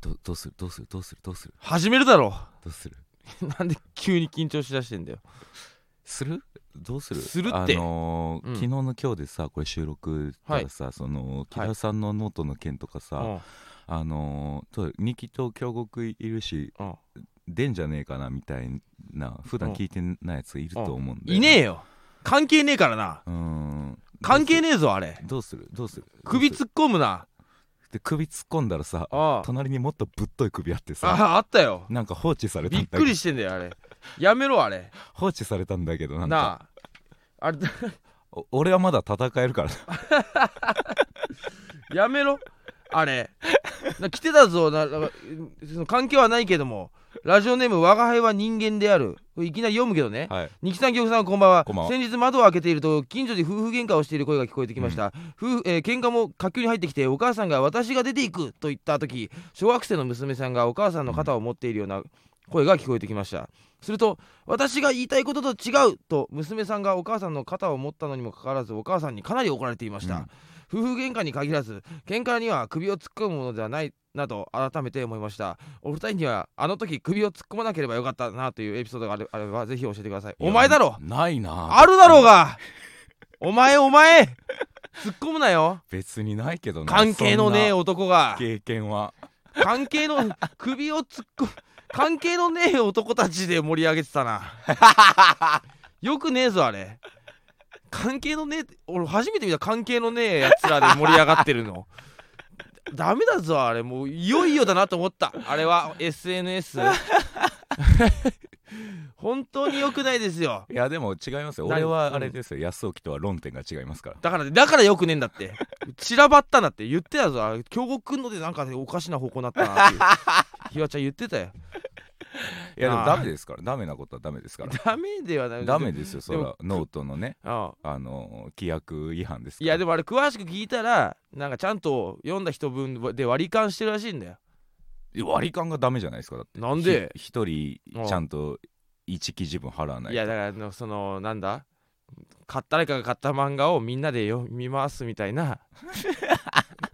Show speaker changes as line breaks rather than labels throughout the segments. どうするどうするどうするどうする
始めるだろ
どうする
なんで急に緊張しだしてんだよ
するどうする
するって
あのー
うん
昨日の今日でさこれ収録からさ、その木田さんのノートの件とかさ、
うん
あのーと二木と京極いるし
うん
出んじゃねえかなみたいな普段聞いてないやつがいると思うんで、
いねえよ関係ねえからな
うーん
関係
ね
ねえぞあれ
どうするどうする
首
どうする
突っ込むな
で首突っ込んだらさ
ああ
隣にもっとぶっとい首あってさ
ああったよ
なんか放置された
び
ん
っ
だ
く
けど
りしてんだよあれやめろあれ
放置されたんだけどなんか
なああれ
お俺はまだ戦えるから
やめろあれな来てたぞななんかその関係はないけどもラジオネーム「我が輩は人間である」これいきなり読むけどね
はい
二木さん、京子さん、こんばんは
こんばんは
先日、窓を開けていると、近所で夫婦喧嘩をしている声が聞こえてきました。夫婦えー喧嘩も活況に入ってきて、お母さんが私が出ていくと言った時小学生の娘さんがお母さんの肩を持っているような声が聞こえてきました。すると、私が言いたいことと違うと、娘さんがお母さんの肩を持ったのにもかかわらず、お母さんにかなり怒られていました。
うん
夫婦喧嘩に限らず喧嘩には首を突っ込むものではないなど改めて思いましたお二人にはあの時首を突っ込まなければよかったなというエピソードがあれあればぜひ教えてくださいお前だろ
いやないな
あるだろうがお前お前 突っ込むなよ
別にないけどな
関係のねえ
そん
男が
な経験は
関係の首を突っ込む関係のねえ男たちで盛り上げてたなよくねえぞあれ関係のねえ俺初めて見た関係のねえやつらで盛り上がってるのダメだぞあれもういよいよだなと思ったあれは SNS 本当に良くないですよ
いやでも違いますよ俺
何
はあれですよ安起とは論点が違いますから
だからだからよくねえんだって散らばったんだって言ってたぞあれ京極くんのでなんかねおかしな方向になったなっていうひわちゃん言ってたよ
いやで
あ
も
ー
ダメですからダメなことはダメですから
ダメではない
ダメですよそれ
で
はノートのね
ああ
あの規約違反ですから
いやでもあれ詳しく聞いたらなんかちゃんと読んだ人分で割り勘してるらしいんだよ
割り勘がダメじゃないですかだって
なんで
ひ一人
うん
ちゃんと一記事分払わないい
やだからあのそのなんだ買った誰かが買った漫画をみんなで読みますみたい な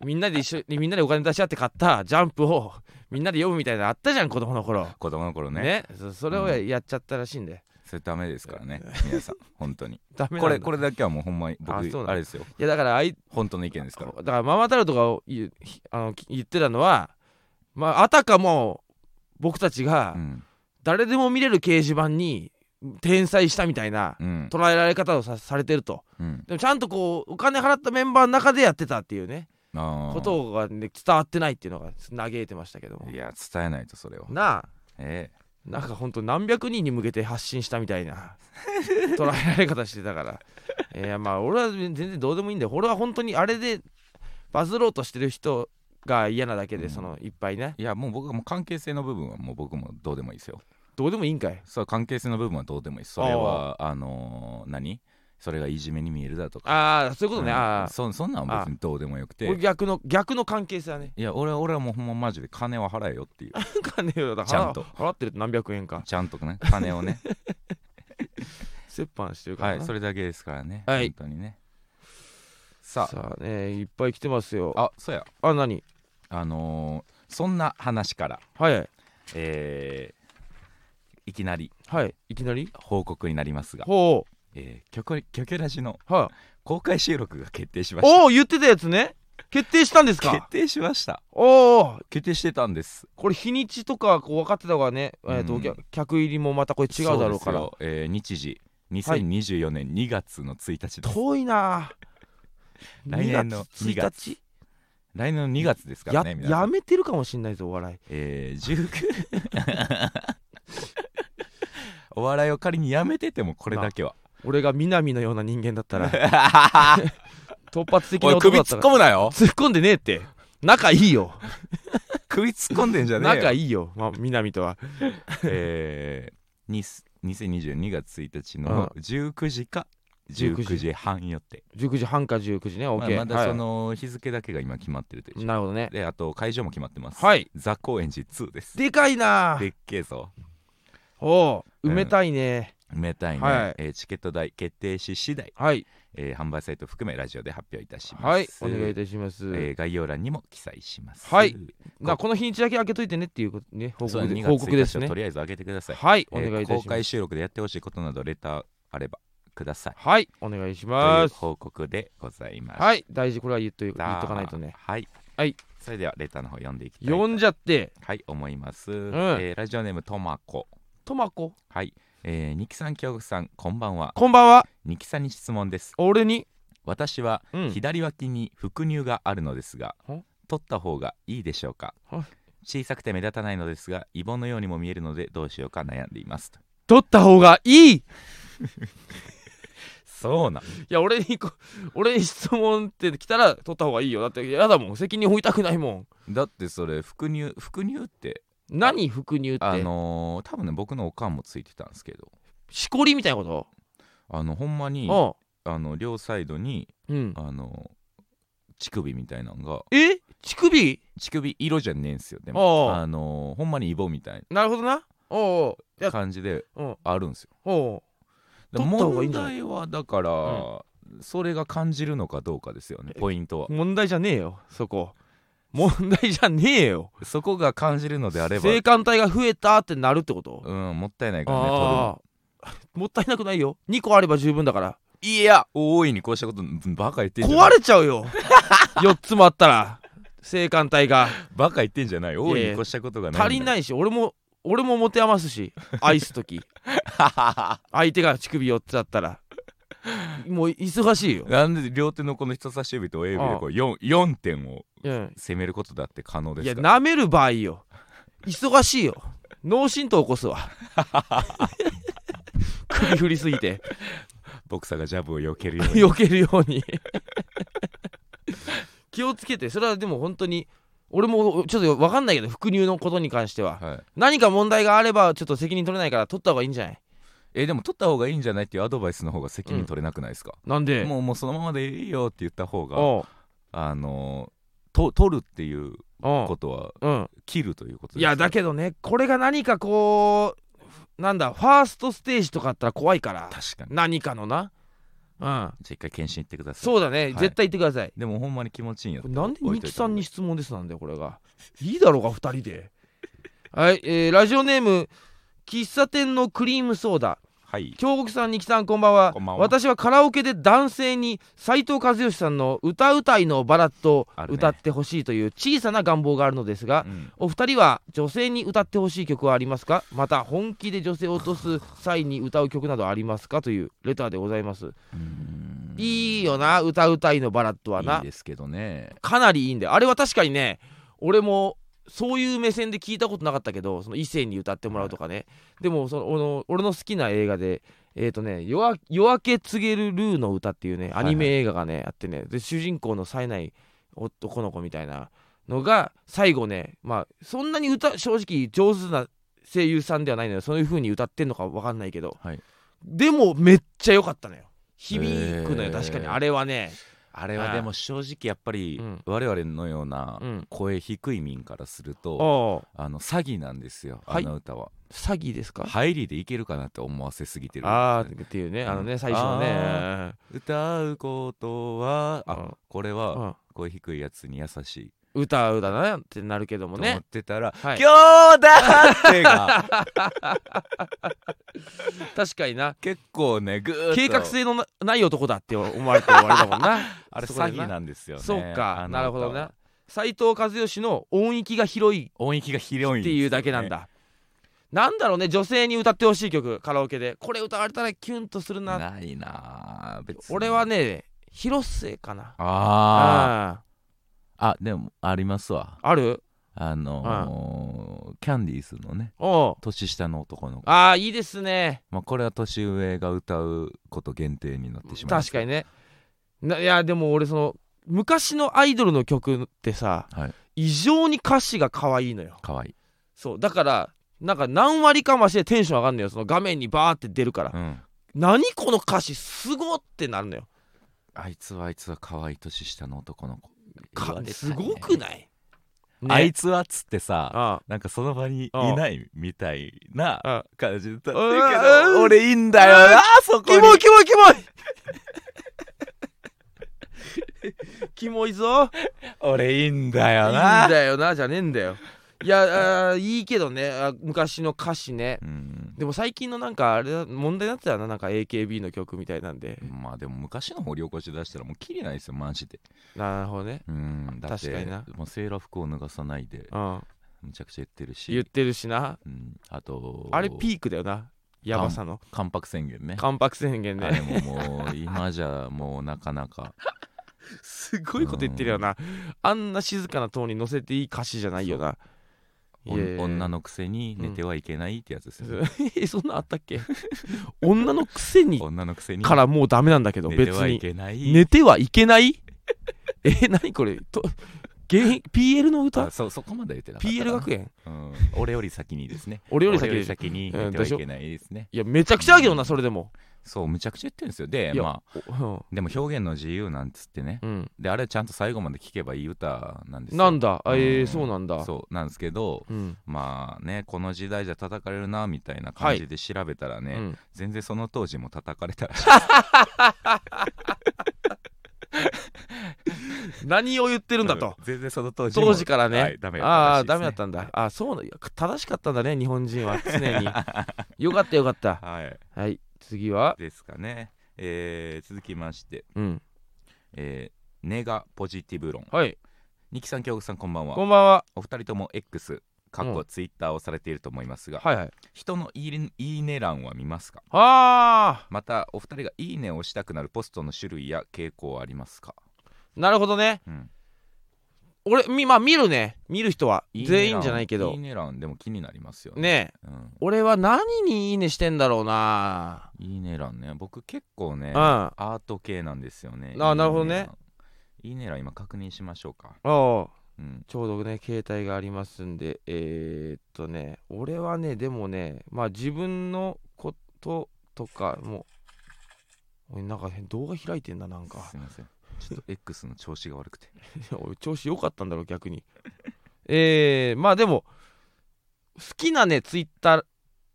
みんなで一緒にみんなでお金出し合って買ったジャンプをみんなで読むみたいなのあったじゃん子供の頃
子供の頃
ね
ね
そそれをややっちゃったらしいんで、
それダメですからね皆さん本 当に
ダメなんだ
これこれだけはもうほんまに僕
あそうなんだ
あれですよ
いやだからあい
本当の意見ですから
だからママタルトが言うひあのき言ってたのは、まあ、あたかも僕たちが
うん
誰でも見れる掲示板に転載したみたいな
うん
捉えられ方をさされてると
うん
でもちゃんとこうお金払ったメンバーの中でやってたっていうね
あー
ことが、ね、伝わってないっていうのが嘆いてましたけども
いや伝えないとそれを
なあ
ええ
なんかほんと何百人に向けて発信したみた いな捉えられ方してたからいやまあ俺は全然どうでもいいんだよ俺は本当にあれでバズろうとしてる人が嫌なだけで、
うん
そのいっぱいね
いやもう僕はもう関係性の部分はもう僕もどうでもいいですよ
どうでもいいんかい
そう関係性の部分はどうでもいいそれはあのー何それがいじめに見えるだとか
ああそういうことね、
うん
ああ
そそんなんは別にどうでもよくて
俺逆の逆の関係性はね
いや俺は俺はもうほんまマジで金は払えよっていう
なんかねだから
ちゃんと
払ってると何百円か
ちゃんとね金を ね
折半してるか
は
ら
い
な
それだけですからね、
はい
本当にねさあ
さあねいっぱい来てますよあ
あそうや
あ何
あのーそんな話から
はい
えーいきなり
はいいきなり
報告になりますが、
ほ
えー、キョコキョキョラジの
うはい
公開収録が決定しまし
おお言ってたやつね決定したんです
た決
か
定しました
おお
決定してたんです
これ日にちとかこう分かってた方がね、えーと
うん
客客入りもまたこれ違うだろうか
そで
ら
すよえー日時2024年2月の1日です、
遠いなぁ
来年の
2月1
来年の2月です
日
からね
や
皆さん
やめてるかもしんないぞお笑い
えー、19お笑いを仮にやめててもこれだけは
俺が南のような人間だったら 突発 的
お
ない男
首
だっ
突
た
っ
ら
込むなよ
突っ込んでねえって仲いいよ
首突っ込んでんじゃねえよ
仲いいよ、まあ、南とは
えー、に2024 2月1日の19時か
19
19時半予定、
19時半か19時ね OK、
まあまだその日付だけが今決まってるという
は
状
い、
況
なるほどね
であと会場も決まってます
はい
ザ・高円寺2です
でかいな
で
ぁ
っけえぞ
おお
うん
埋めたいね、
埋めたいね、
はい
えーチケット代決定し次第、
はい
えー販売サイト含めラジオで発表いたします
はいお願いいたします、
えー概要欄にも記載します
はいだからこの日にちだけ開けといてねっていうことね報
そう
告で
2
報
月
告で
1
す
日
ね
をとりあえず上げてください
はいお
えー
願いいた
公
しま
開
す
収録でやってほしいことなどレターあればください
はいお願いし
とい
ま
う
す
報告でございます
はい大事これは言っと言っ
だ
とかないとね
はい、
はい、
それではレターの方読んでいきたい
呼んじゃって
はい思います、
ん
えーラジオネームとまこ
トマコ
はいえー、ニキさん、京極さん、こんばんは。
こんばんは
ニキさんに質問です。
俺に
私は
うん
左脇に副乳があるのですが、
ほ
取った方がいいでしょうか
ほ
小さくて目立たないのですがイボのようにも見えるのでどうしようか悩んでいますと
取った方がいいい
そうなん
や俺にこ 俺に質問って来たら取った方がいいよだって嫌だもん責任負いたくないもん
だってそれ副乳副乳って
何副乳って
あのー多分ね僕のおかんもついてたんですけど
しこりみたいなこ
あのほんまに
と
あの両サイドに
うんうん
あの乳首みたいなのが
え乳首
乳首色じゃねえんすよで
おう
もあのーほんまにイボみたい
なるほどなおうおうい
な
や
感じで
うん
あるんですよ
おう
で
取った方がいい
問
んじゃない
題はだから、それが感じるのかどうかですよねポイントは
問題じゃねえよそこ問題じゃねえよ
そこが感じるのであれば
性感帯が増えたってなるってこと、
うんもったいないからね
ああもったいなくないよ2個あれば十分だから
取るのいや大いにこうしたことバカ言ってんじゃない
壊れちゃう よ4つもあったら性感帯が
バカ言ってんじゃない大い
いや
に
いや
こうしたことがない
足りないし俺も俺も持て余す し愛す時相手が乳首4つだったらもう忙しいよ、
なんで両手のこの人差し指と親指でこう 4, 4点を
うん、
攻めることだって可能で
いや
すから
舐める場合よ忙しいよ脳震盪起こす わ首振りすぎて
ボクサーがジャブを避けるように
避けるように気をつけてそれはでも本当に俺もちょっと分かんないけど副乳のことに関しては
はい、
何か問題があればちょっと責任取れないから取った方がいいんじゃない
えでも取った方がいいんじゃないっていうアドバイスの方が責任取れなくないですか、
なんで
もうもうそのままでいいよって言った方が
おう
あのと取るっていう
お
ことは
ううん
切るということです
いやだけどねこれが何かこうなんだファーストステージとかあったら怖いから
確かに
何かのなうん
じゃあ一回検診行ってください
そうだね、
い
絶対言ってください
でもほんまに気持ちいいんや
これなんで
置
ニ
いと
キ
いた
さ
方が
んに質問ですなんだよこれがいいだろうが2人ではい、えーラジオネーム喫茶店のクリームソーダ
はい
京極さんニキさんこんばんは
こんばんは
私はカラオケで男性に斉藤和義さんの「歌うたいのバラッド」
あ
を
るね
歌ってほしいという小さな願望があるのですが、
うん
お二人は女性に歌ってほしい曲はありますかまた本気で女性を落とす際に歌う曲などありますかというレターでございます、
うん
いいよな歌うたいのバラッドはいない
ですけどね
かなりいいんだよあれは確かにね俺もそういう目線で聞いたことなかったけどその異性に歌ってもらうとかね、でもその俺の俺の好きな映画でえっ、とね夜明「夜明け告げるルーの歌」っていうねアニメ映画がね、あってねで主人公の冴えない男の子みたいなのが最後ねまあそんなに歌正直上手な声優さんではないのよそういう風に歌ってんのか分かんないけど、
はい
でもめっちゃ良かったのよ響くのよ、
へー
確かにあれはね
あれはでも正直やっぱり
うん
我々のような
うん
声低い民からする
あ
と
あ
あの詐欺なんですよ
は
あ
い
の歌は
詐欺ですか
入りでいけるかなって思わせすぎてる
あーっていうねあの
う
ね
ん
最初のね
歌うことは
う
あ
ん
これ
う
は
ん
声低いやつに優しい
歌うだなってなるけども
と思
ね
ってたら
はい
今日だって が
確かにな
結構ねグーッと
計画性のなない男だって思われて終わりだもん な
あれ
そこで
詐欺なんですよね
そうか
あの歌は
なるほどね斎藤和義の音域が広い
音域が広い
っ
んです
て
よね
いうだけなんだなんだろうね女性に歌ってほしい曲カラオケでこれ歌われたらキュンとするな
ないなあ別に
俺はね広末かな
あ
あ
ーあでもありますわ
ある
あのーキャンディーズのね
おう
年下の男の子
ああいいですね
まあこれは年上が歌うこと限定になってしまう
確かにねないやでも俺その昔のアイドルの曲ってさ、
はい
異常に歌詞が可愛いのよ
かわいい、
そうだからなんか何割か増しでテンション上がるのよその画面にバーって出るから、
うん、
何この歌詞すごってなるのよ
あいつはあいつは可愛い年下の男の子
か
言われたね
すごくない、ね
あいつはっつってさ
あ
なんかその場にいないみたいな
あ
感じだったけ
うわ
ど俺いいんだよなそ
キ
こに
モいキモいキモいキモいぞ
俺いいんだ
いい
よ
ん
な
だよなじゃねえんだよいやあーいいけどねあ昔の歌詞ね
うん
でも最近のなんかあれだ問題になってたななんか AKB の曲みたいなんで
まあでも昔の掘り起こし出したらもうキリないですよマジで
なるほどね
うんだって
確かにな
もうセーラー服を脱がさないで
うん
むちゃくちゃ言ってる
言っ
して
るしな
うんあと
あれピークだよなヤバさの
関白宣言ね
関白宣言
あれ
ね
ももう今じゃもうなかなか
すごいこと言ってるよなあんな静かなトーンに乗せていい歌詞じゃないよな
お
いやいや
女のくせに寝てはいけないってやつですよね
えそんなんあったっけ女のくせに
女のくせに
からもうダメなんだけど
寝て
別
はい
に
けない
寝てはいけない え何これと現 PL の歌
あそうそこまで言ってなかった
PL 学
園、
園
うん、俺より先にですね
俺より先
俺
で
より先に寝てはいけないですね、
いやめちゃくちゃあげよなそれでも
そうむちゃくちゃ言ってるんですよで
いや
まあ
お
でも表現の自由なんつってね
うん、うん、
であれちゃんと最後まで聴けばいい歌なんですよ
なんだあえ
う
ー、
ん
そうなんだ
そうなんですけど
うん
まあねこの時代じゃ叩かれるなみたいな感じで調べたらね、
うん
全然その当時も叩かれたらしい
何を言ってるんだ と
全然その当時も
当時からね、
はいダメだったらし
ああ
いですね
ダメだったんだ、ああそうなんいや正しかったんだね日 本人は常によかったよかった
はい
はい次は
ですかね、えー続きまして、
うん
えーネガポジティブ論
はい
ニキさん京極さんこんばんは
こんばんは
お二人とも X かっ
う
こ
ん
ツイッターをされていると思いますが、
はいはい
人のいいねいいね欄は見ますか
あ
またお二人がいいねをしたくなるポストの種類や傾向はありますか、
ーなるほどね
うん
俺みまあ見るね見る人はい
いね欄
全員じゃないけど
いいね欄でも気になりますよね
ねえ
うん
俺は何にいいねしてんだろうない
いね欄ね僕結構ね
うん
ア
あ
ート系なんですよね
あなるほどね
いいね欄いいね欄今確認しましょうか
あ
うん
ちょうどね携帯がありますんでえー、っとね俺はねでもねまあ自分のこととかもおいなんか変動画開いてんだなんか
すいませんちょっと X の調子が悪くて
おい調子良かったんだろう逆にえー、まあでも好きなねツイッター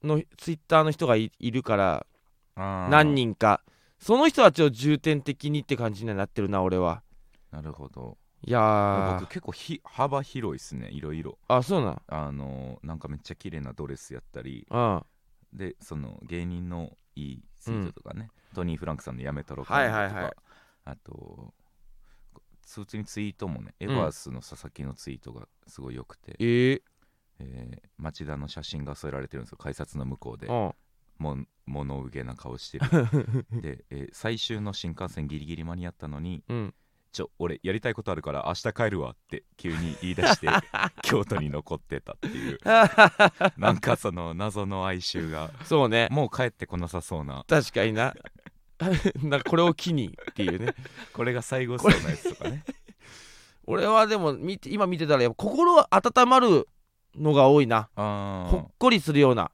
のツイッターの人がいいるから何
何
人かその人たちを重点的にって感じにはなってるな俺は
なるほど
いやー
僕結構ひ幅広いですねいろいろ
あそうなん
あのーなんかめっちゃ綺麗なドレスやったり
うん
でその芸人のいいツイートとかね、トニー・フランクさんの「やめたろ」とか、
はいはいはい
あと普通にツイートもねエバースの佐々木のツイートがすごい良くて、
ええ
えー町田の写真が添えられてるんですよ改札の向こうで
うん
もん物憂げな顔 してるで、えー最終の新幹線ギリギリ間に合ったのに
うん
ちょ俺やりたいことあるから明日帰るわって急に言い出して 京都に残ってたっていうなんかその謎の哀愁 が
そうね
もう帰ってこなさそうな
確かにな なんかこれを機にっていうね
これが最後そうなやつとか ね
俺はでも見て今見てたらやっぱ心温まるのが多いな
あ
ほっこりするような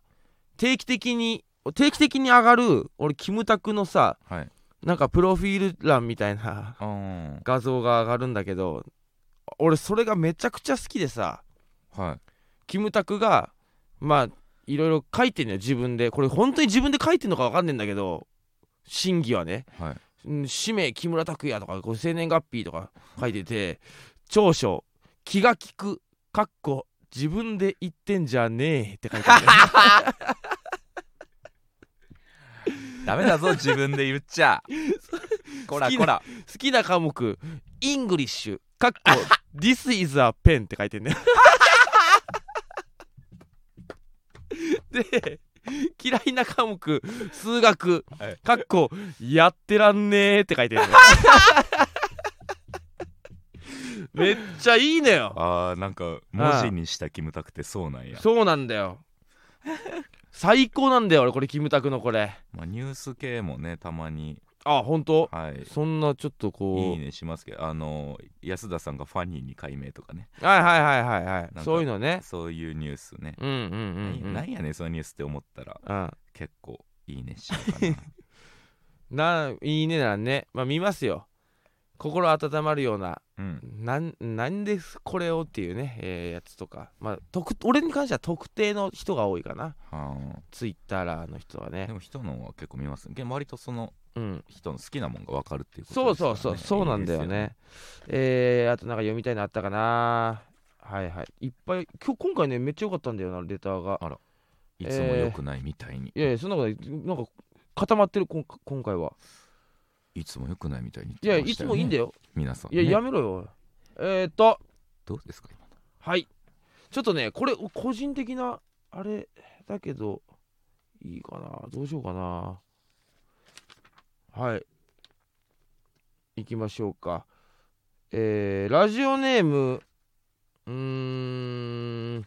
定期的に定期的に上がる俺キムタクのさ
あはい
なんかプロフィール欄みたいな
あー
画像が上がるんだけど俺それがめちゃくちゃ好きでさ
はい
キムタクがまあいろいろ書いてんのよ自分でこれ本当に自分で書いてんのか分かんねえんだけど真偽はね
はい
うん氏名木村拓哉とかこう生年月日とか書いてて長所気が利くかっこ自分で言ってんじゃねえって書いてある
ダメだぞ自分で言っちゃ こら
好き
こ
な
ら
好きな科目イングリッシュかっ こ This is a pen って書いてん ねで嫌いな科目数学
はい
かっこやってらんねえって書 いてんねめっちゃいいねよ
あーなんか文字にしたキムタクってそうなんや
そうなんだよ最高なんだよ俺これキムタクのこれ
まあ、ニュース系もねたまに
あ本当
はい
そんなちょっとこう
いいねしますけどあの安田さんがファニーに改名とかね
はいはいはいはいは
か
いそういうのね
そういうニュースね、
うんうんうんうん
なんやねんそのニュースって思ったら
うん
結構いいねしちゃう かな
ないいねならねまあ見ますよ心温まるような
うん
なんなんでこれをっていうね、えーやつとかまあ特俺に関しては特定の人が多いかな
は
ツイッターラーの人は
あ
ね
でも人のは結構見ますけど割とその
うん、
人の好きなもんが分かるっていうこと
そう
ですか
そ
ら
う
ね
そうそうなんだよねえー、あとなんか読みたいのあったかなはいはいいっぱい今日今回ねめっちゃ良かったんだよなレターが
いいですよいつも良くないみたいに、
いやいやそんなことないなんか固まってるこん今回はい
つも良くないみたいに
いやいつもいいんだ
よ
よ
皆さん、
い
ね、
ややめろよえー、っと
どうですか今の
はいちょっとねこれ個人的なあれだけどいいかなどうしようかなはい行きましょうかえー、ラジオネームうーん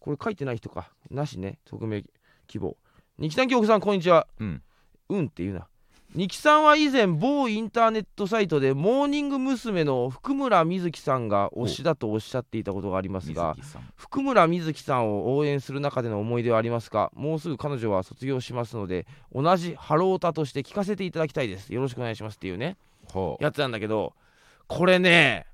これ書いてない人かなしね匿名希望二木さん京子さんこんにちは
うん
うんって言うな二木さんは以前某インターネットサイトでモーニング娘。の福村瑞希さんが推しだとおっしゃっていたことがあります
水
が
木さん
福村瑞希さんを応援する中での思い出はありますかもうすぐ彼女は卒業しますので同じハロータとして聞かせていただきたいですよろしくお願いしますっていうね
はあ
やつなんだけどこれね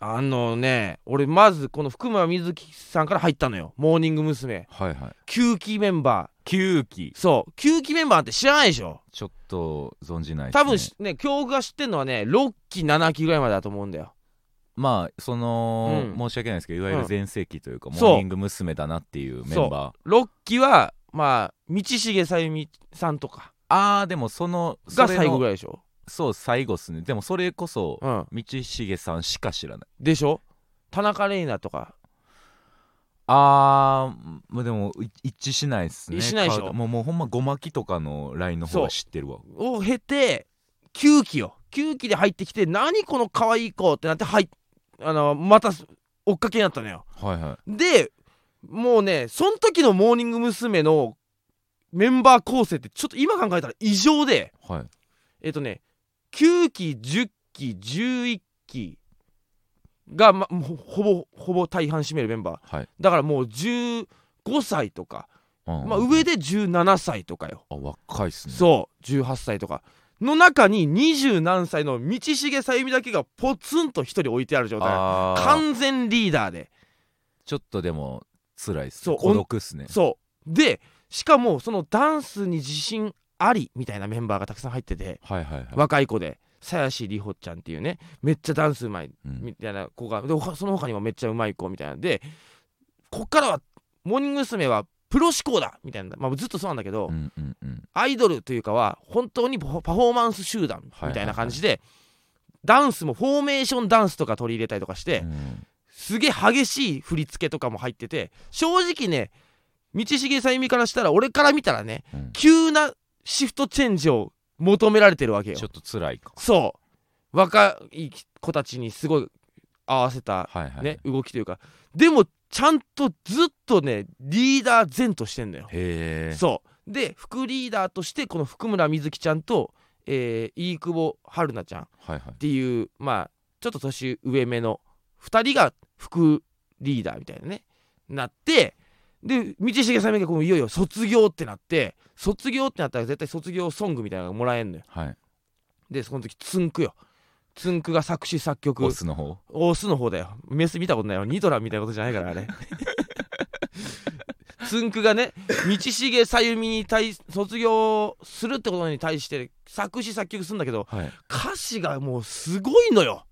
あのね俺まずこの福村瑞希さんから入ったのよモーニング娘。
はいはい
9期メンバ
9期
ーそう9期メンバーって知らないでしょ
ちょっと存じないです、ね、
多分しね教育が知ってんのはね6期7期ぐらいまでだと思うんだよ
まあその、
うん
申し訳ないですけどいわゆ
う
る
ん
全盛期というか、
そう
モーニング娘。だなっていうメンバー
6期はまあ道重さゆみさんとか
あーでもそのそ
が
れの
最後ぐらいでしょ
そう最後っすねでもそれこそ、
うん
道重さんしか知らない
でしょ田中玲奈とか
あーまあでもい一致しないっすね
しないでしょ
顔もうもうほんまごまきとかのラインの方
そう
は知ってるわ
を経て9期よ9期で入ってきて何この可愛い子ってなってはいあのまた追っかけになったのよ
はいは
でもうねその時のモーニング娘。のメンバー構成ってちょっと今考えたら異常で
いはい
えっとね9期10期11期が、ま、もうほぼほぼ大半占めるメンバー
はい、
だからもう15歳とか、
うん
まあ、上で17歳とかよ、
あ若いっすね
そう18歳とかの中に20何歳の道重さゆみだけがポツンと一人置いてある状態
あー
完全リーダーで
ちょっとでも辛いっす
そう
ね孤独っすね
そうでしかもそのダンスに自信ありみたいなメンバーがたくさん入ってて
はいはいはい、
若い子で鞘師里穂ちゃんっていうねめっちゃダンスうまい
うん
みたいな子がで他その他にもめっちゃうまい子みたいなんでこっからはモーニング娘。はプロ志向だみたいな、まあ、ずっとそうなんだけど、
うんうんうん
アイドルというかは本当にパフォーマンス集団みたいな感じで、ダンスもフォーメーションダンスとか取り入れたりとかして、
うん
すげえ激しい振り付けとかも入ってて正直ね道重さゆみからしたら俺から見たらね
うん
急なシフトチェンジを求められてるわけよ
ちょっと辛いか
そう若い子たちにすごい合わせた、
はいはい、
ね動きというかでもちゃんとずっとねリーダー前としてんだよ
へえ
そうで副リーダーとしてこの福村瑞希ちゃんと、えー、飯久保春菜ちゃんっ
はいはい
ていうまあちょっと年上めの2人が副リーダーみたいなねなってで道重さんがこういよいよ卒業ってなって卒業ってなったら絶対卒業ソングみたいなのがもらえんのよ
はい
でその時つんくよつんくが作詞作曲
オスの方
オスの方だよメス見たことないよニトラみたいなことじゃないから あれつんくがね道重さゆみに対卒業するってことに対して作詞作曲するんだけど
はい
歌詞がもうすごいのよ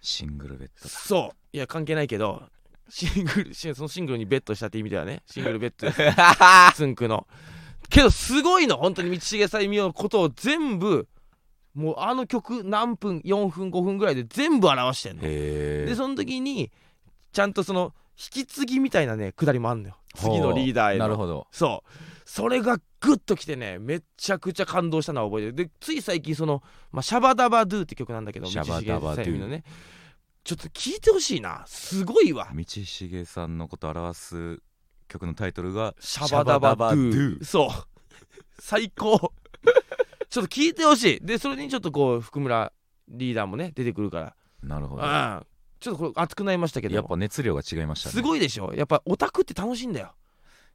シングルベッド
そういや関係ないけどシングルシそのシングルにベッドしたって意味ではねシングルベッド ですつんくのけどすごいの本当に道重さゆみのことを全部もうあの曲何分4分5分ぐらいで全部表してんの
へ
で
え
その時にちゃんとその引き継ぎみたいなね下りもあんのよ次のリーダーへの
なるほど
そうそれがグッときてねめっちゃくちゃ感動したのは覚えてるでつい最近その「まあ、シャバダバドゥ」って曲なんだけど
シャバダバドゥ
道重さゆみのねちょっと聞いてほしいなすごいわ
道重さんのことを表す曲のタイトルが
シャバダバドゥ
シャバダバドゥ
そう 最高ちょっと聞いてほしいでそれにちょっとこう福村リーダーもね出てくるか
なるほど
ら、うん、ちょっとこれ熱くなりましたけど
やっぱ熱量が違いましたね
すごいでしょやっぱオタクって楽しいんだよ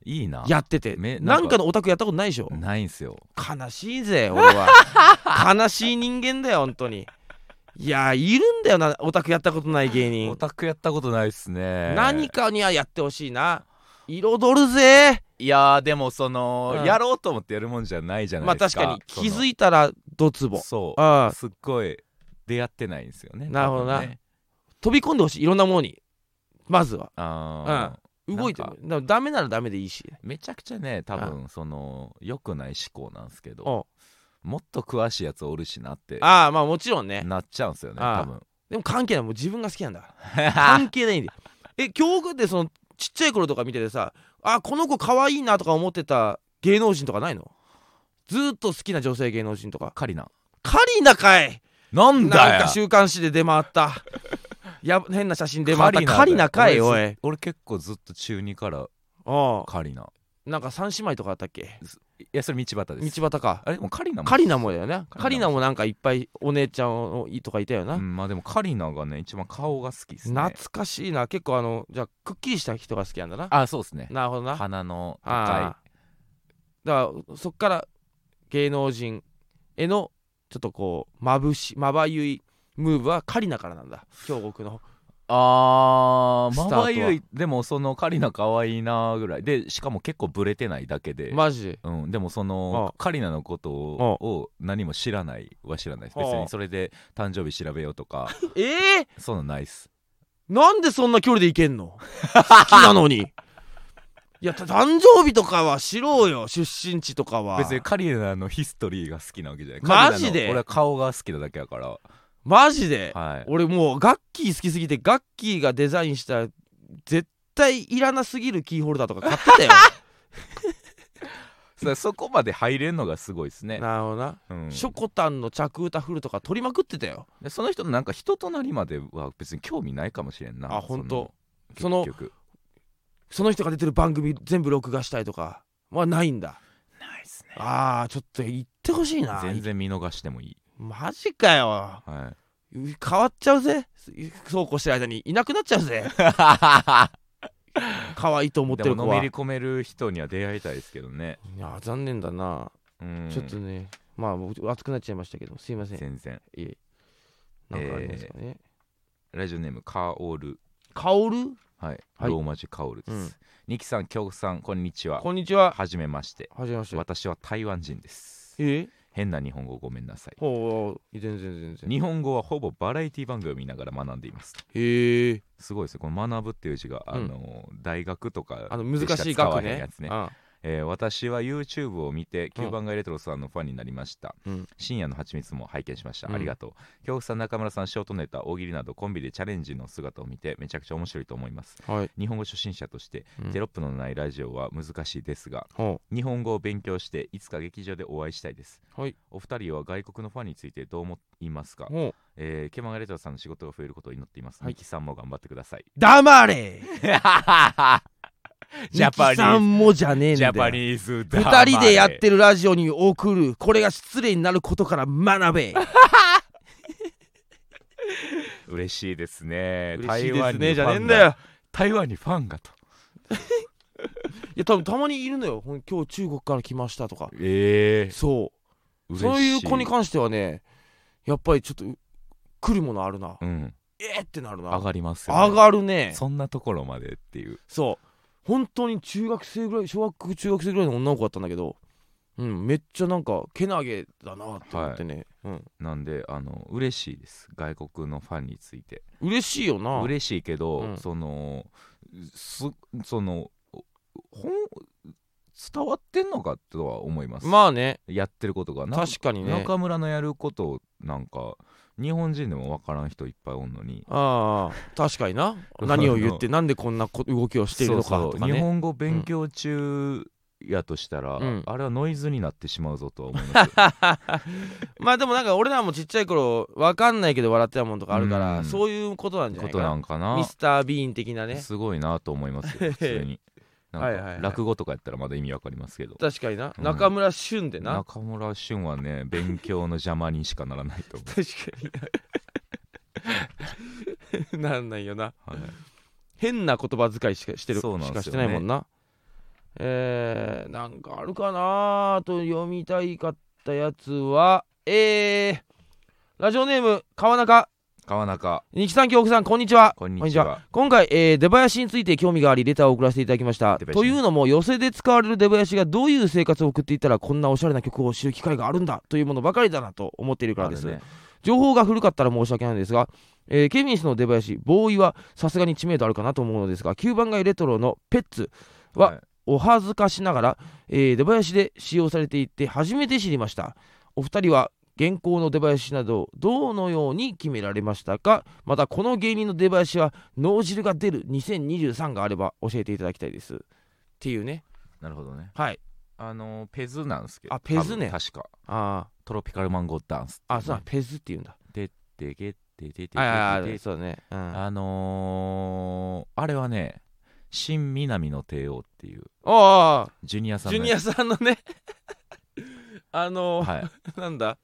いいな
やってて
め
な
なんん
か
か
のオタクやったことないでしょ
ないんすよ
悲しいぜ俺は 悲しい人間だよ本当にいやーいるんだよなオタクやったことない芸
オ
人
タクやったことないっすね
何かにはやってほしいな彩るぜ
いやーでもその、
うん
やろうと思ってやるもんじゃないじゃな
ま
い
あ
です
確
か
かに気づ
い
いたらドツボ
そう
ああ
すっごい出会ってないんですよね
なるほどな
多分ね
飛び込んでほしいいろんなものにまずは
あー
動いてもだダメならダメでいいし
めちゃくちゃね多分その良くない思考なんですけど
お
もっと詳しいやつおるしなって
ああまあもちろんね
なっちゃうんですよね
ああ
多分
でも関係ないもう自分が好きなんだから 関係ないんでえ教育ってそのちっちゃい頃とか見ててさあこの子可愛いなとか思ってた芸能人とかないのずーっと好きな女性芸能人とか
カリナ
カリナかい
なん
なん
だ
か
よ
週刊誌で出回ったや変な写真出回ったカリナかいお
俺
い
ず俺結構ずっと中2から
お
カリナ
なんか三姉妹とかあったっけ
いやそれ道端
道
です
端か
あれでもカリナも
カリナもだよね
カ
カ
リ
リ
ナ
ナもなんかいっぱいお姉ちゃんをとかいたよな、
うんまあでもカリナがね一番顔が好きですね
懐かしいな結構あのじゃあくっきりした人が好きなんだな
あそうですね
なるほどな
鼻の
あ
高
あだからそっから芸能人へのちょっとこうまぶしまばゆいムーブはカリナからなんだ京極の
いあ
ー
ま
ま
ば
ばゆい
ゆいでもそのカリナ可愛いなぐらいでしかも結構ブレてないだけで、
マジで
うん、でもそのカリナのことを
ああ
を何も知らないは知らないです
ああ
別にそれで誕生日調べようと か
ええ
そんなんないっす
なんでそんな距離で行けん の好きなのにいやた誕生日とかはしろうよ出身地とかは
別にカリナのヒストリーが好きなわけじゃない
マジで
カリナの俺は顔が好きなだけやから
マジで、
はい
俺もうガッキー好きすぎてガッキーがデザインした絶対いらなすぎるキーホルダーとか買って たよ
そそこまで入れんのがすごいですね、
なるほどな、
うん、
ショコタンの着歌フルとか取りまくってたよ
でその人のなんか人となりまでは別に興味ないかもしれんな
あ本当
そ
そ
の
の
結局
その人が出てる番組全部録画したいとかはないんだ
ないっすね
あーちょっと行ってほしいな
全然見逃してもいい、
マジかよ
はい、
変わっちゃうぜそうこうしてる間にいなくなっちゃ うぜ可愛いと思って
で
る
も
子
のめ
は
り
い
込める人には出会いたいですけどね、
や残念だな、
うん、
ちょっとねまあ僕熱くなっちゃいましたけどすいません
全然
いえなんかありますかね、
ラジオネームカオル
カオル
はい、
はい
ローマ字カオルです、
うん
ニキさんキョウさんこんにちは
こんにちは
はじめまして
はじめまして
私は台湾人です
え
変な日本語ごめんなさい
ほう全然全然
日本語はほぼバラエティ番組を見ながら学んでいます
へえ
すごいですねこの学ぶっていう字が、
うん
あの大学とか
あの難し
で
い
か使
学
わへん
ね
やつね
あ
えー私は YouTube を見て9番街レトロさんのファンになりました、
うん
深夜のはちみつも拝見しました、
うん
ありがとう京福さん中村さんショートネタ大喜利などコンビでチャレンジの姿を見てめちゃくちゃ面白いと思います
はい、
日本語初心者として
うん
テロップのないラジオは難しいですが
ほ
日本語を勉強していつか劇場でお会いしたいです、
はい
お二人は外国のファンについてどう思いますか
う、ほう
えー、ケマガレトロさんの仕事が増えることを祈っています、
はい
ミキさんも頑張ってくだ さい
黙れ
ジャパニ
ニキさ
ーズ
んもじゃねえん
ジ
だ
ャ
よ
パニーズ
二人でやっ
る
てるラジオに送るこれが失礼になることから 学べ
嬉しいですね
嬉しいで
台
すね
湾に
じゃねえん
ファンが
だよ
台湾にファンがと
いや多分たまにいるのよほん今日中国から来ましたとか
え
そ
え
うそういう子に関してはねやっぱりちょっと来るものあるな
うん
えーってなるな
上がりますよ、ね、
上がるね
そんなところまでっていう
そう本当に中学生ぐらい小学中学生ぐらいの女の子だったんだけどうんめっちゃなんかけなげだなって思ってね、うん
なんであの嬉しいです外国のファンについて
嬉しいよな
嬉しいけど、
うん
そのすそのほん伝わってんのかとは思います、
まあね
やってることがな
確かにね
中村のやることなんか日本人でも分からん人いっぱいおんのに
ああ確か にな何を言ってなんでこんなこ動きをしているのか
そうそ
とか
う日
ね
本語勉強中やとしたら、
うん
あれはノイズになってしまうぞとは思います よ
まあでもなんか俺らもちっちゃい頃わかんないけど笑ってたもんとかあるか
う
ら
ん
そういうことなんじゃ
こ
ない
と
か
な
なん
かな
ミスター・ビーン的なね
すごいなと思います よ普通になんか
はいはいはい
落語とかやったらまだ意味わかりますけど
確かにな
うん
中村俊でな
中村俊はね勉強の邪魔にしかならないと思
確かになん ないよな
う、はい
変な言葉遣いしかしてる
そうなん
し
で
か
す
し
よ
て
ね
ないもんなえー、なんかあるかなと読みたいかったやつはえー、ラジオネーム川中
川中
二木さん京奥さんこんにちは
こんに
こんに
ち
ち
は
は今回、えー出囃子について興味がありレターを送らせていただきました
出囃子ね
というのも寄席で使われる出囃子がどういう生活を送っていたらこんなおしゃれな曲を知る機会があるんだというものばかりだなと思っているからです、
あるね
情報が古かったら申し訳ないんですが、えーケビン氏の出囃子ボーイはさすがに知名度あるかなと思うのですが9番街レトロのペッツは
はい
お恥ずかしながら、えー出囃子で使用されていて初めて知りましたお二人は現行の出囃子などどのように決められましたかまたこの芸人の出囃子は脳汁が出る2023があれば教えていただきたいですっていうね
なるほどね
はい
あのペズなんですけど
あペズね
多分確か
あ
トロピカルマンゴーダンス
ーあそうだペズっていうんだ
でげってででで
ああ
で
そうだね、うん、あ
あのー、あれはね新南の帝王っていう
あ
ジュニアさん
ジュ
の
ニ
や
アさんのね あの
つはい
なんだ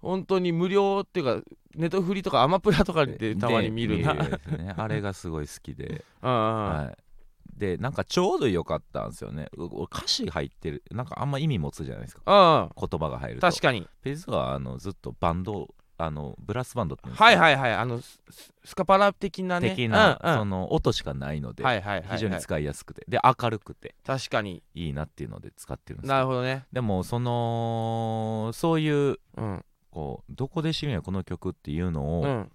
本当に無料っていうかネトフリとかアマプラとか でたまに見るな
で見るやつ ねあれがすごい好きで、
あ
はい、でなんかちょうど良かったんですよねう俺歌詞入ってるなんかあんま意味持つじゃないですか
ああ
言葉が入ると
確かに
ペズはあのずっとバンドあのブラスバンドってうんですか
はいはいはいあのスススカパラ的なね
的な、
うんうん
その音しかないので、
はいはいはいはい
非常に使いやすくてで明るくて
確かに
いいなっていうので使ってるんですけ
なるほどね
でもそのそういう
うん
こうどこで知るんやこの曲っていうのを、
うん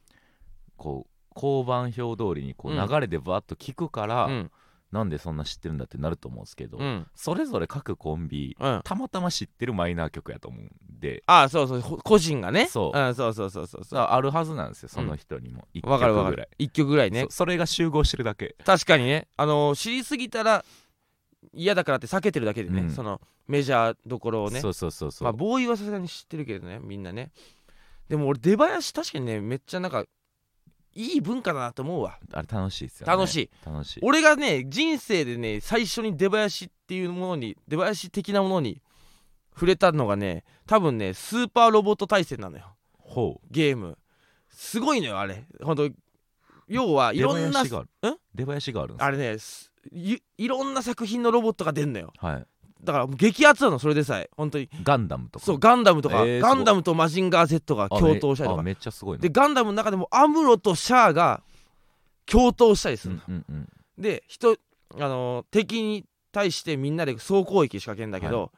こう交番表通りにこう
うん
流れでバーッと聞くから、
うん
なんでそんな知ってるんだってなると思うんですけど、
うん
それぞれ各コンビ
うん
たまたま知ってるマイナー曲やと思うんで
ああそうそうほ個人がね
そうん
そうそうそうそう
さああるはずなんですよその人にも、一曲
わかるわか
ぐらい
る一曲ぐらいね
そそれが集合してるだけ
確かにねあのー知りすぎたら嫌だからって避けてるだけでね、
うん
そのメジャーどころをね
そうそうそうそう、
まあボーイはさすがに知ってるけどねみんなねでも俺出囃子確かにねめっちゃなんかいい文化だなと思うわ
あれ楽しいですよね
楽しい、
楽しい
俺がね人生でね最初に出囃子っていうものに出囃子的なものに触れたのがね多分ねスーパーロボット対戦なのよ
ほう
ゲームすごいのよあれほんと要はいろんな
出囃子がある
ん
出囃子があるんです
あれねすいいろんな作品のロボットが出んのよ
かはい
だからもう激アツなのそれでさえ本当に
ガンダムとか
そうガンダムとか、
えーすご
ガ
い
ンダムとマジンガー Z が共闘したりと
あ
か
めっちゃすごいな
でガンダムの中でもアムロとシャアが共闘したりす
う
るの
ん、うんうん
で人、あのー敵に対してみんなで総攻撃仕掛けるんだけど、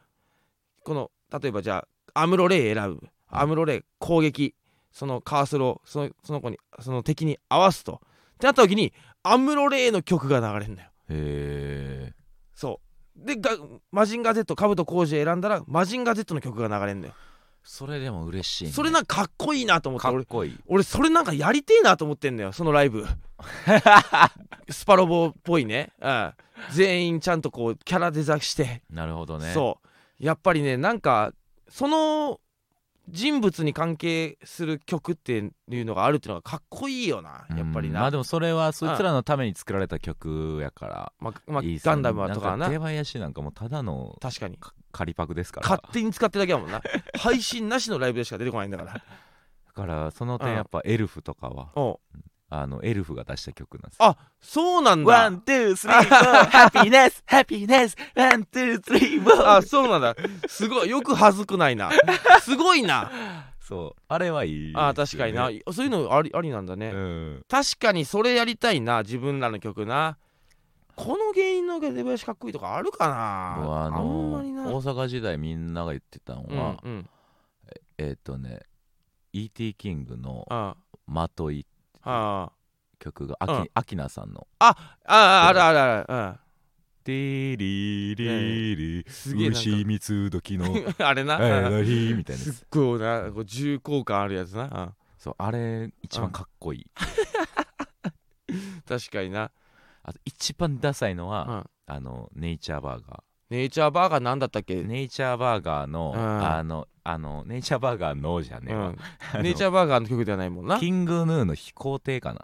この例えばじゃあアムロレイ選ぶアムロレイ攻撃そのカーソルをそのその子にその敵に合わすとってなった時にアムロレイの曲が流れるんだよ
へえ
そうでがマジンガー Z カブトコージ選んだらマジンガー Z の曲が流れるんだよ
それでも嬉しいね、
それなんかかっこいいなと思って
か
俺
っこいい
俺それなんかやりてえなと思ってんだよそのラ イブスパロボっぽいね、うん、全員ちゃんとこうキャラデザして、
なるほどね
そうやっぱりねなんかその人物に関係する曲っていうのがあるっていうのがかっこいいよなやっぱり
うんま
な、
あでもそれはそいつらのために作られた曲やから
まあまあ
いいっすね
ガンダムはとかはなん
出囃子なんかもうただの
確かに
か仮パクですから
勝手に使ってるだけだもんな配信なしのライブでしか出てこないんだから
だからその
う
点
ん
やっぱエルフとかは
おう
あのエルフが出した曲なんですよ
あそうなんだ
ワン、ツー、スリー、フォ ー、ハピネス、ハピネス、ワン、ツー、スリー、フォー。
あそうなんだすごいよく恥ずくない なすごいな
そう、あれはいいですよね、
あー確かになそういうのありありなんだね、
うん。
確かにそれやりたいな自分らの曲なこの芸人の出囃子かっこいいとかあるかな
僕はあ
あんま
の
りな
大阪時代みんなが言ってたの
うん
は、
うん
えっ、とね、E.T. キングの
あ
「まとい
ああ」
曲があき,、
うん
あきなさんの
ああああるあるある
「ティリリリ
すげえなんか
牛蜜時の
うん あれな、
え
うん
の日」みたいな
す
や
っ
つ
ごいなこう重厚感あるやつな、
そうあれ一番かっこいい、
うん確かにな、
あと一番ダサいのは、
うん、
あのネイチャーバーガー
ネイチャーバーガーなんだったっけ、
ネイチャーバーガーの、
うん
あの、あの、ネイチャーバーガーのじゃ
う
ねえわ
ん、ネイチャーバーガーの曲ではないもんな
キングヌーの飛行艇かな。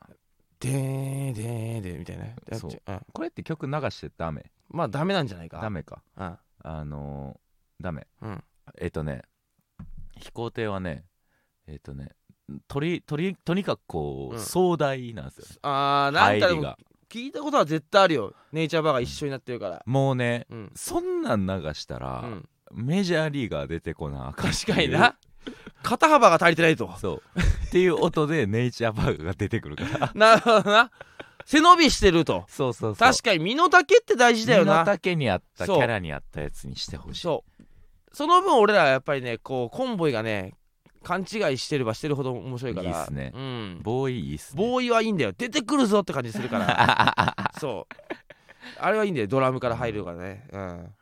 でーでーでーみたいなやつ、
そうんこれって曲流してダメ
まあダメなんじゃないか
ダメか。
うん
あのー、ダメ。
うん
えっ、とね、飛行艇はね、えっ、とね、とり、とり、とにかくこう、
うん
壮大なんですよ、ね。
あーなん
入
かで
り
も
が。
聞いたことは絶対あるよネイチャーバーが一緒になってるから
もうね、
うん、
そんなん流した
う
ら、
ん、
メジャーリーガー出てこなあかんって
確
いう
かにな肩幅が足りてないと
そうっていう音でネイチャーバーグが出てくるから
なるほどな背伸びしてると
そうそうそう
確かに身の丈って大事だよ
身
な
の丈に合ったキ
そう
ャラに合ったやつにしてほしい
そうその分俺らはやっぱりねこうコンボイがね勘違いしてればしてるほど面白いから
いいっすね
うん、
ボーイいいっすね
ボーイはいいんだよ出てくるぞって感じするからそうあれはいいんだよドラムから入るからね、うん、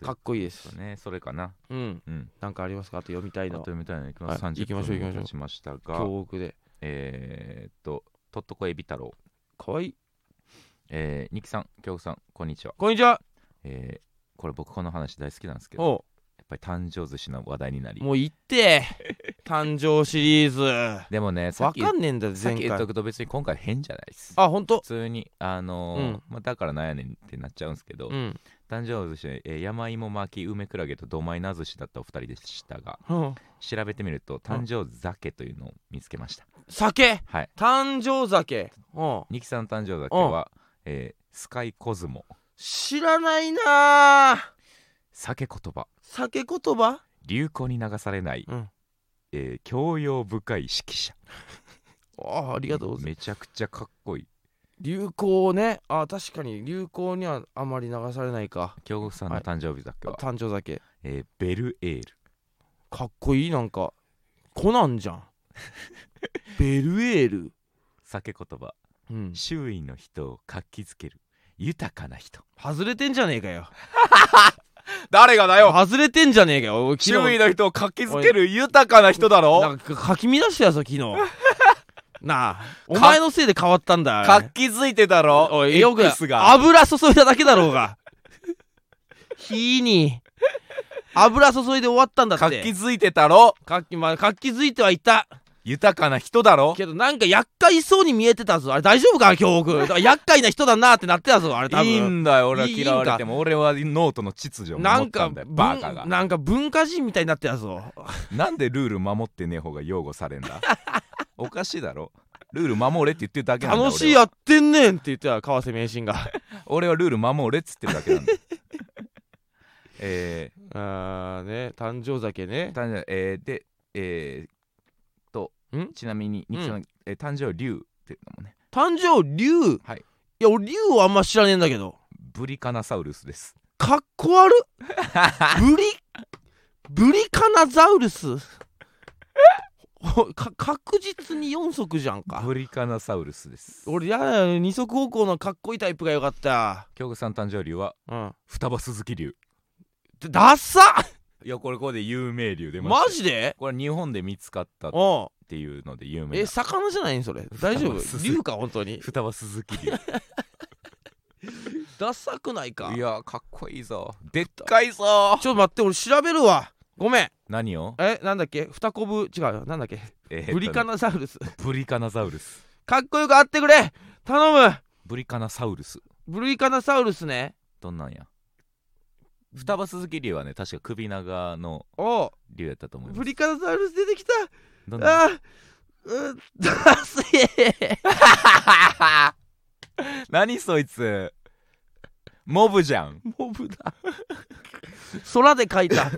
かっこいいです
そうねそれかな
うん
うん
なんかありますかあと読みたい
ま
の
とめたいのいきま
はい
す、30
行きましょう行きましょ
分
う
経ちましたが
京極で
えー、っととっとこエビ太郎
かわいい
えー、ニキさん京子さんこんにちは
こんにちは
えー、これ僕この話大好きなんですけどやっ
お
ぱり誕生寿司の話題になり
もう行って誕生シリーズ
でもねさ
わ
っき言
か
っ
んねえんだよ
さっ
前
き言っと
回
くと別に今回変じゃないです
あ本当
普通にあのー
うん
まあ、だからなんやねんってなっちゃうんですけど、
うん
誕生日寿司で、えー山芋巻き梅クラゲとドマイナ寿司だったお二人でしたが
うん
調べてみると誕生酒というのを見つけました、
酒
はい
誕生酒うん
ニキさん誕生酒は、えースカイコズモ
知らないなあ
酒言葉
酒言葉
流行に流されない、
うん
えー教養深い指揮者
あありがとうございま
め
す
ちゃくちゃかっこいい
流行ねあ確かに流行にはあまり流されないか
京極さんの誕生日酒は、
誕生酒
えーベルエール
かっこいいなんかコナンじ ゃんベルエール、
酒言葉
うん、
周囲の人を活気づける豊かな人
外れてんじゃねえかよ
誰がだ
外れてんじゃねえかよ昨日
周囲の人を活気づける豊かな人だろ
なんかかき乱したやつ 昨日なあお前のせいで変わったんだ
活気づいてたろ
おいよく
X が
油注いだだけだろうが火に油注いで終わったんだって
活気づいてたろ
活気まあ活気づいてはいた
豊かな人だろ
けどなんか厄介そうに見えてたぞあれ大丈夫かな京極だから厄介な人だなってなってたぞあれ多分
いいんだよ俺はい
い
嫌われても俺はノートの秩序を
な
守
ん
った
か
んだよ
文
バカが
なんか文化人みたいになってたぞ
なんでルール守ってねえ方が擁護されん だおかしいだろルール守れって言ってるだけなんだ
楽しい
俺は
やってんねんって言ってた川瀬名人が
俺はルール守れっつってるだけなんだ えー
あーね誕生酒ね
誕生えーでえー、と
ん
ちなみに、日記のえー誕生龍っていうのもね
誕生竜、
はい
や俺竜はあんま知らねえんだけど
ブリカナサウルスです
かっこ悪っブリブリカナザウルス ほか確実に4足じゃんか
ブリカナサウルスです
俺やだよ二足歩行のかっこいいタイプがよかった
京極さん誕生龍は
うん
双葉鈴木龍
でダッサ
いやこれここで有名龍で
マジで
これ日本で見つかったっ
おう
ていうので有名
え
な
魚じゃないんそれ大丈
ダッ
夫
サ
竜か本当に
双葉鈴木龍
ダサくないか
い
ちょ
やかっこいいぞでっかいぞ
っと待って俺調べるわごめん
何を
えなんだっけ二コブ違うよなんだっけ
えーっとね
ブリカナザウルス
ブリカナザウルス
かっこよくあってくれ頼む
ブリカナサウルス
ブリカナサウルスね
どんなんや双葉鈴木龍はね確か首長の
おう
龍やったと思います
ブリカナサウルス出てきた
どんなん
あーうんダセ え
何そいつモブじゃん
モブだ空で描いた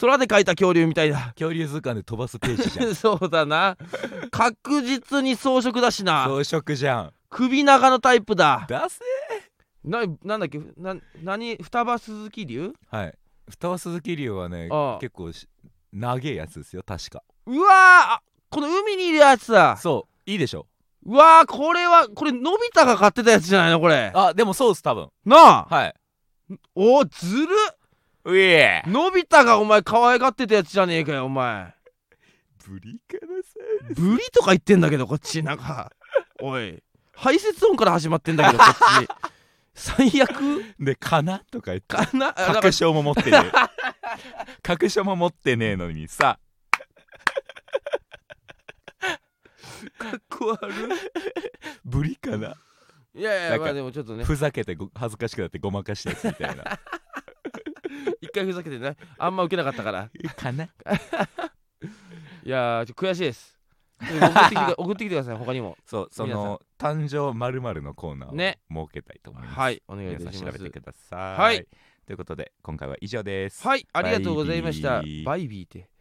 空で描いた恐竜みたいだ
恐竜図鑑で飛ばすページじゃ
そうだな確実に装飾だしな
装
ん
飾じゃん
首長のタイプだ
出せ
ななんだっけな何双葉鈴木流
はい双葉鈴木龍はね
ああ
結構し長いやつですよ確か
うわーあこの海にいるやつだ
そういいでしょ
うわーこれはこれのび太が買ってたやつじゃないのこれ
あでもそうです多分
なあ、
はい
おーずる
うえ
のび太がお前可愛がってたやつじゃねえかよお前
ブリカナさ
ブリとか言ってんだけどこっちなんかおい排泄音から始まってんだけどこっ ち最悪
んでかなとか言って
かなあなんか
確証も持ってねえ 確証も持ってねえのにさ
怖る
ブリカナ
いやい
な
や
んか
まあでもちょっとね
ふざけてご恥ずかしくなってごまかしたやつみたいな
一回ふざけてねあんま受けなかっ たから
かない
やーちょっと悔しい ですでも送ってきてくだ送ってきてください他にも
そうそ
皆さん
の誕生まるのコーナーを設
ね
けたいと思います、
はいお願いい
皆さ
た
ん
し
調
ま
べ
す
てください、
はい
ということで今回は以上です
はいありがとうございました
バ
バ
イビー
イビーって